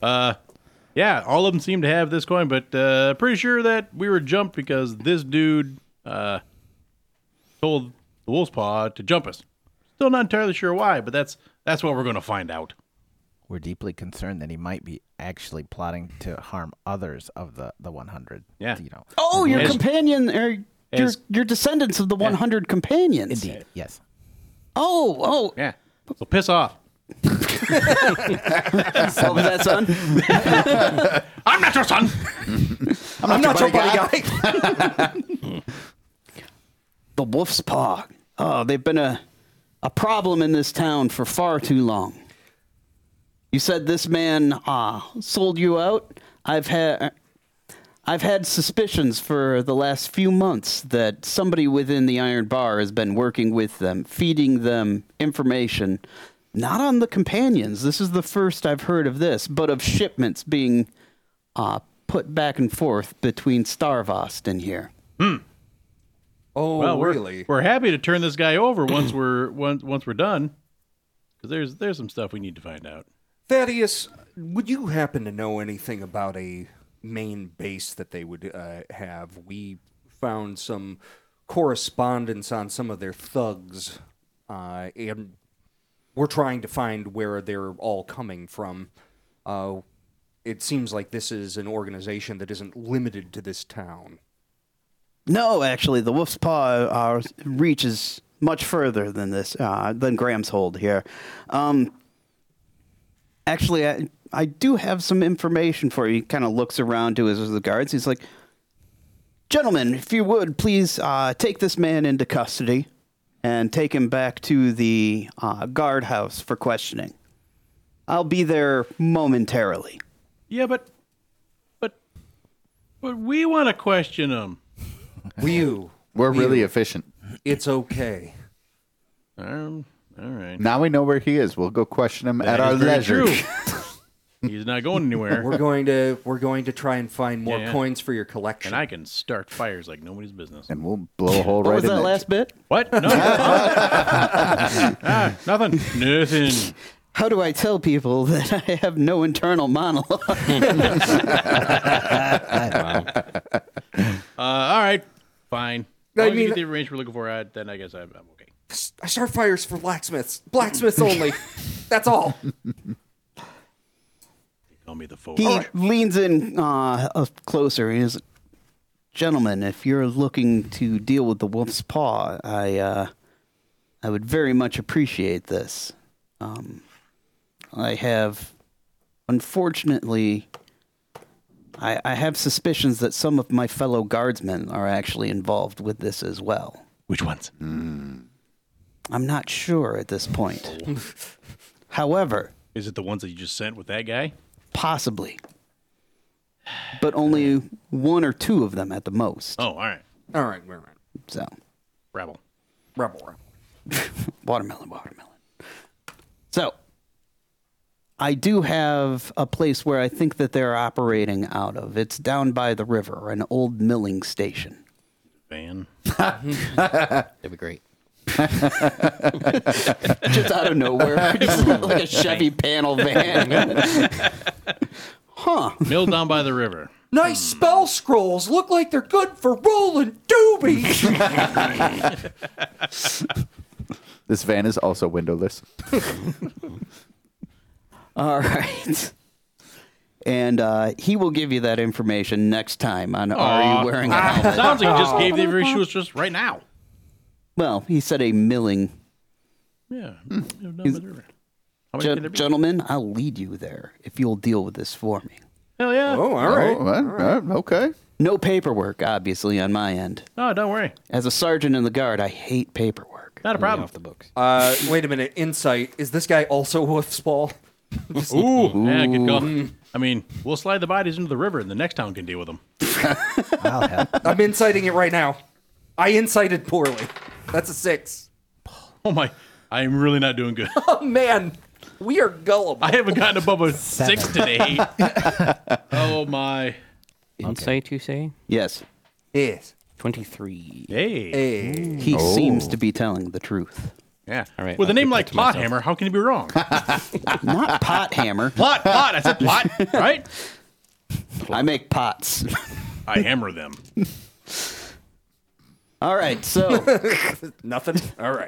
Speaker 4: Yeah, all of them seem to have this coin, but uh, pretty sure that we were jumped because this dude uh, told the wolf's paw to jump us. Still not entirely sure why, but that's that's what we're going to find out.
Speaker 5: We're deeply concerned that he might be actually plotting to harm others of the, the 100.
Speaker 4: Yeah.
Speaker 5: You know.
Speaker 2: Oh, your
Speaker 4: As-
Speaker 2: companion, or your,
Speaker 4: as-
Speaker 2: your descendants of the 100 companions.
Speaker 5: Indeed. Yes.
Speaker 2: Oh, oh.
Speaker 4: Yeah, so piss off.
Speaker 2: What was that, son?
Speaker 4: I'm not your son.
Speaker 6: I'm not your buddy guy.
Speaker 2: the wolf's paw. Oh, they've been a, a problem in this town for far too long. You said this man uh, sold you out. I've had I've had suspicions for the last few months that somebody within the Iron Bar has been working with them, feeding them information. Not on the companions. This is the first I've heard of this, but of shipments being uh, put back and forth between Starvost and here.
Speaker 6: Oh,
Speaker 4: Well, we're
Speaker 6: really?
Speaker 4: we're happy to turn this guy over once we're once once we're done, because there's there's some stuff we need to find out.
Speaker 6: Thaddeus, would you happen to know anything about a main base that they would uh, have? We found some correspondence on some of their thugs, uh, and we're trying to find where they're all coming from. Uh, it seems like this is an organization that isn't limited to this town.
Speaker 2: No, actually, the wolf's paw uh, reaches much further than this, uh, than Graham's hold here. Um, actually, I, I do have some information for you. He kind of looks around to his, his guards. He's like, Gentlemen, if you would, please uh, take this man into custody and take him back to the uh, guardhouse for questioning. I'll be there momentarily.
Speaker 4: Yeah, but but but we want to question him.
Speaker 6: Ryu,
Speaker 9: We're
Speaker 6: Ryu,
Speaker 9: really efficient.
Speaker 6: It's okay.
Speaker 4: Um, all right.
Speaker 9: Now we know where he is. We'll go question him at
Speaker 4: That
Speaker 9: our
Speaker 4: is very
Speaker 9: leisure.
Speaker 4: true. He's not going anywhere.
Speaker 6: We're going to we're going to try and find more
Speaker 4: Yeah, yeah.
Speaker 6: coins for your collection.
Speaker 4: and I can start fires like nobody's business.
Speaker 9: And we'll blow a hole
Speaker 2: What
Speaker 9: right
Speaker 2: was
Speaker 9: in
Speaker 2: that
Speaker 9: it.
Speaker 2: last bit?
Speaker 4: What? No. Ah, nothing. Nothing.
Speaker 2: How do I tell people that I have no internal monologue?
Speaker 4: Uh, all right. Fine.
Speaker 6: I
Speaker 4: I mean,
Speaker 6: mean-
Speaker 4: you get the range we're looking for, I, then I guess I'm, I'm okay.
Speaker 6: I start fires for blacksmiths. Blacksmiths only. That's all.
Speaker 4: Call me the fool.
Speaker 2: He
Speaker 4: All right.
Speaker 2: leans in uh, uh, closer. He is, gentlemen, if you're looking to deal with the wolf's paw, I uh, I would very much appreciate this. Um, I have, unfortunately, I, I have suspicions that some of my fellow guardsmen are actually involved with this as well. Hmm.
Speaker 4: Which ones?
Speaker 2: I'm not sure at this point. However,
Speaker 4: Is it the ones that you just sent with that guy?
Speaker 2: Possibly. But only one or two of them at the most.
Speaker 4: Oh, all right.
Speaker 6: All right, we're right.
Speaker 2: So,
Speaker 4: Rebel.
Speaker 6: Rebel, rebel.
Speaker 2: watermelon, watermelon. So, I do have a place where I think that they're operating out of. It's down by the river, an old milling station.
Speaker 4: Van.
Speaker 3: That'd be great.
Speaker 2: Just out of nowhere. Just like a Chevy panel van. huh.
Speaker 4: Mill down by the river.
Speaker 6: Nice spell scrolls. Look like they're good for rolling doobies.
Speaker 9: This van is also windowless.
Speaker 2: All right. And uh, he will give you that information next time on Are
Speaker 4: Aw.
Speaker 2: You Wearing a
Speaker 4: Ah,
Speaker 2: Helmet?
Speaker 4: Sounds like he just gave the information to us just right now.
Speaker 2: Well, he said a milling.
Speaker 4: Yeah.
Speaker 2: He's-
Speaker 4: How many
Speaker 2: Gen-
Speaker 4: can there be?
Speaker 2: gentlemen, I'll lead you there if you'll deal with this for me.
Speaker 4: Hell yeah.
Speaker 9: Oh, all right, Okay.
Speaker 2: No paperwork, obviously, on my end.
Speaker 4: Oh, don't worry.
Speaker 2: As a sergeant in the guard, I hate paperwork.
Speaker 4: Not a problem.
Speaker 6: uh, wait a minute. Insight. Is this guy also Wolf's Ball?
Speaker 4: Ooh, yeah, good call. I mean, we'll slide the bodies into the river, and the next town can deal with them.
Speaker 6: I'm inciting it right now. I incited poorly. That's a six.
Speaker 4: Oh my, I am really not doing good.
Speaker 6: Oh man, we are gullible.
Speaker 4: I haven't gotten above a six today. oh my.
Speaker 3: Insight, you say?
Speaker 2: Yes.
Speaker 6: Yes. Eh.
Speaker 3: 23.
Speaker 4: Hey.
Speaker 2: He seems to be telling the truth.
Speaker 4: Yeah.
Speaker 3: All right.
Speaker 4: With a
Speaker 3: I'll
Speaker 4: name
Speaker 3: keep
Speaker 4: like
Speaker 3: that to myself.
Speaker 4: Pothammer, how can you be wrong?
Speaker 2: Not pot hammer.
Speaker 4: plot, plot. I said plot, right?
Speaker 2: I make pots.
Speaker 4: I hammer them.
Speaker 2: All right, so
Speaker 6: Nothing. All right.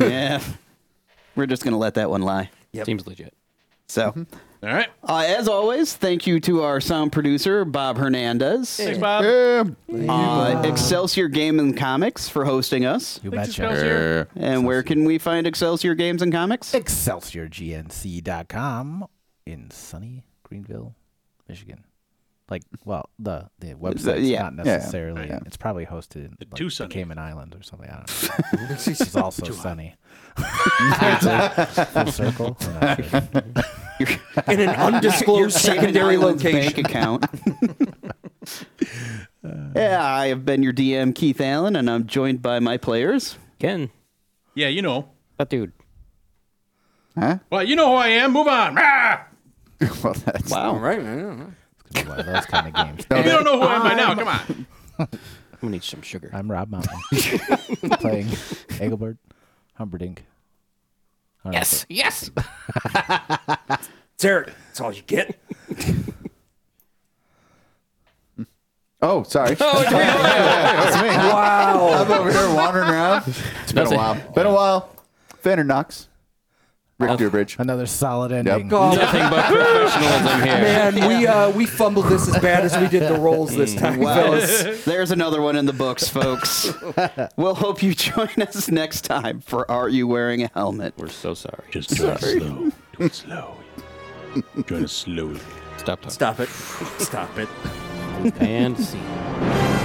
Speaker 2: yeah, we're just gonna let that one lie.
Speaker 3: Seems legit.
Speaker 2: So,
Speaker 4: All right.
Speaker 2: uh, as always, thank you to our sound producer Bob Hernandez,
Speaker 4: Thanks, Bob.
Speaker 9: Yeah.
Speaker 2: uh, Excelsior Game and Comics for hosting us.
Speaker 5: You
Speaker 4: Thanks,
Speaker 5: betcha.
Speaker 4: Excelsior.
Speaker 2: And where can we find Excelsior Games and Comics?
Speaker 5: ExcelsiorGNC.com in sunny Greenville, Michigan. Like, well, the the website's
Speaker 2: yeah,
Speaker 5: not
Speaker 2: yeah,
Speaker 5: necessarily. It's probably hosted in like,
Speaker 4: two sunnies.
Speaker 5: Cayman Islands or something. I don't know. it's also sunny. Full circle. I'm not sure.
Speaker 6: In an
Speaker 2: Your
Speaker 6: undisclosed
Speaker 2: Cayman
Speaker 6: secondary
Speaker 2: Islands
Speaker 6: location.
Speaker 2: bank account. yeah, I have been your DM Keith Allen, and I'm joined by my players.
Speaker 3: Ken,
Speaker 4: Yeah, you know.
Speaker 3: that dude.
Speaker 4: Well, you know who I am. Move on. Ah!
Speaker 9: Well, that's
Speaker 6: All right, man.
Speaker 5: It's gonna be one of those kind of games.
Speaker 4: You don't know who I am by now. Come on.
Speaker 3: I'm going to need some sugar.
Speaker 5: I'm Rob Mountain playing Engelbert Humperdinck. Yes.
Speaker 6: Derek, that's all you get.
Speaker 9: Oh, sorry.
Speaker 6: Wow.
Speaker 9: I'm over here wandering around. It's been a while. Been a while. Fanner Knox. Rick Durbridge.
Speaker 5: Another solid ending.
Speaker 6: God,
Speaker 3: Nothing but professionalism here.
Speaker 6: man, we uh, we fumbled this as bad as we did the rolls this time, fellas.
Speaker 2: There's another one in the books, folks. we'll hope you join us next time for Are You Wearing a Helmet?
Speaker 3: We're so sorry.
Speaker 4: Just do it slow. Do it slow. Join us slowly.
Speaker 3: Stop talking.
Speaker 6: Stop it. Stop it.
Speaker 3: And see.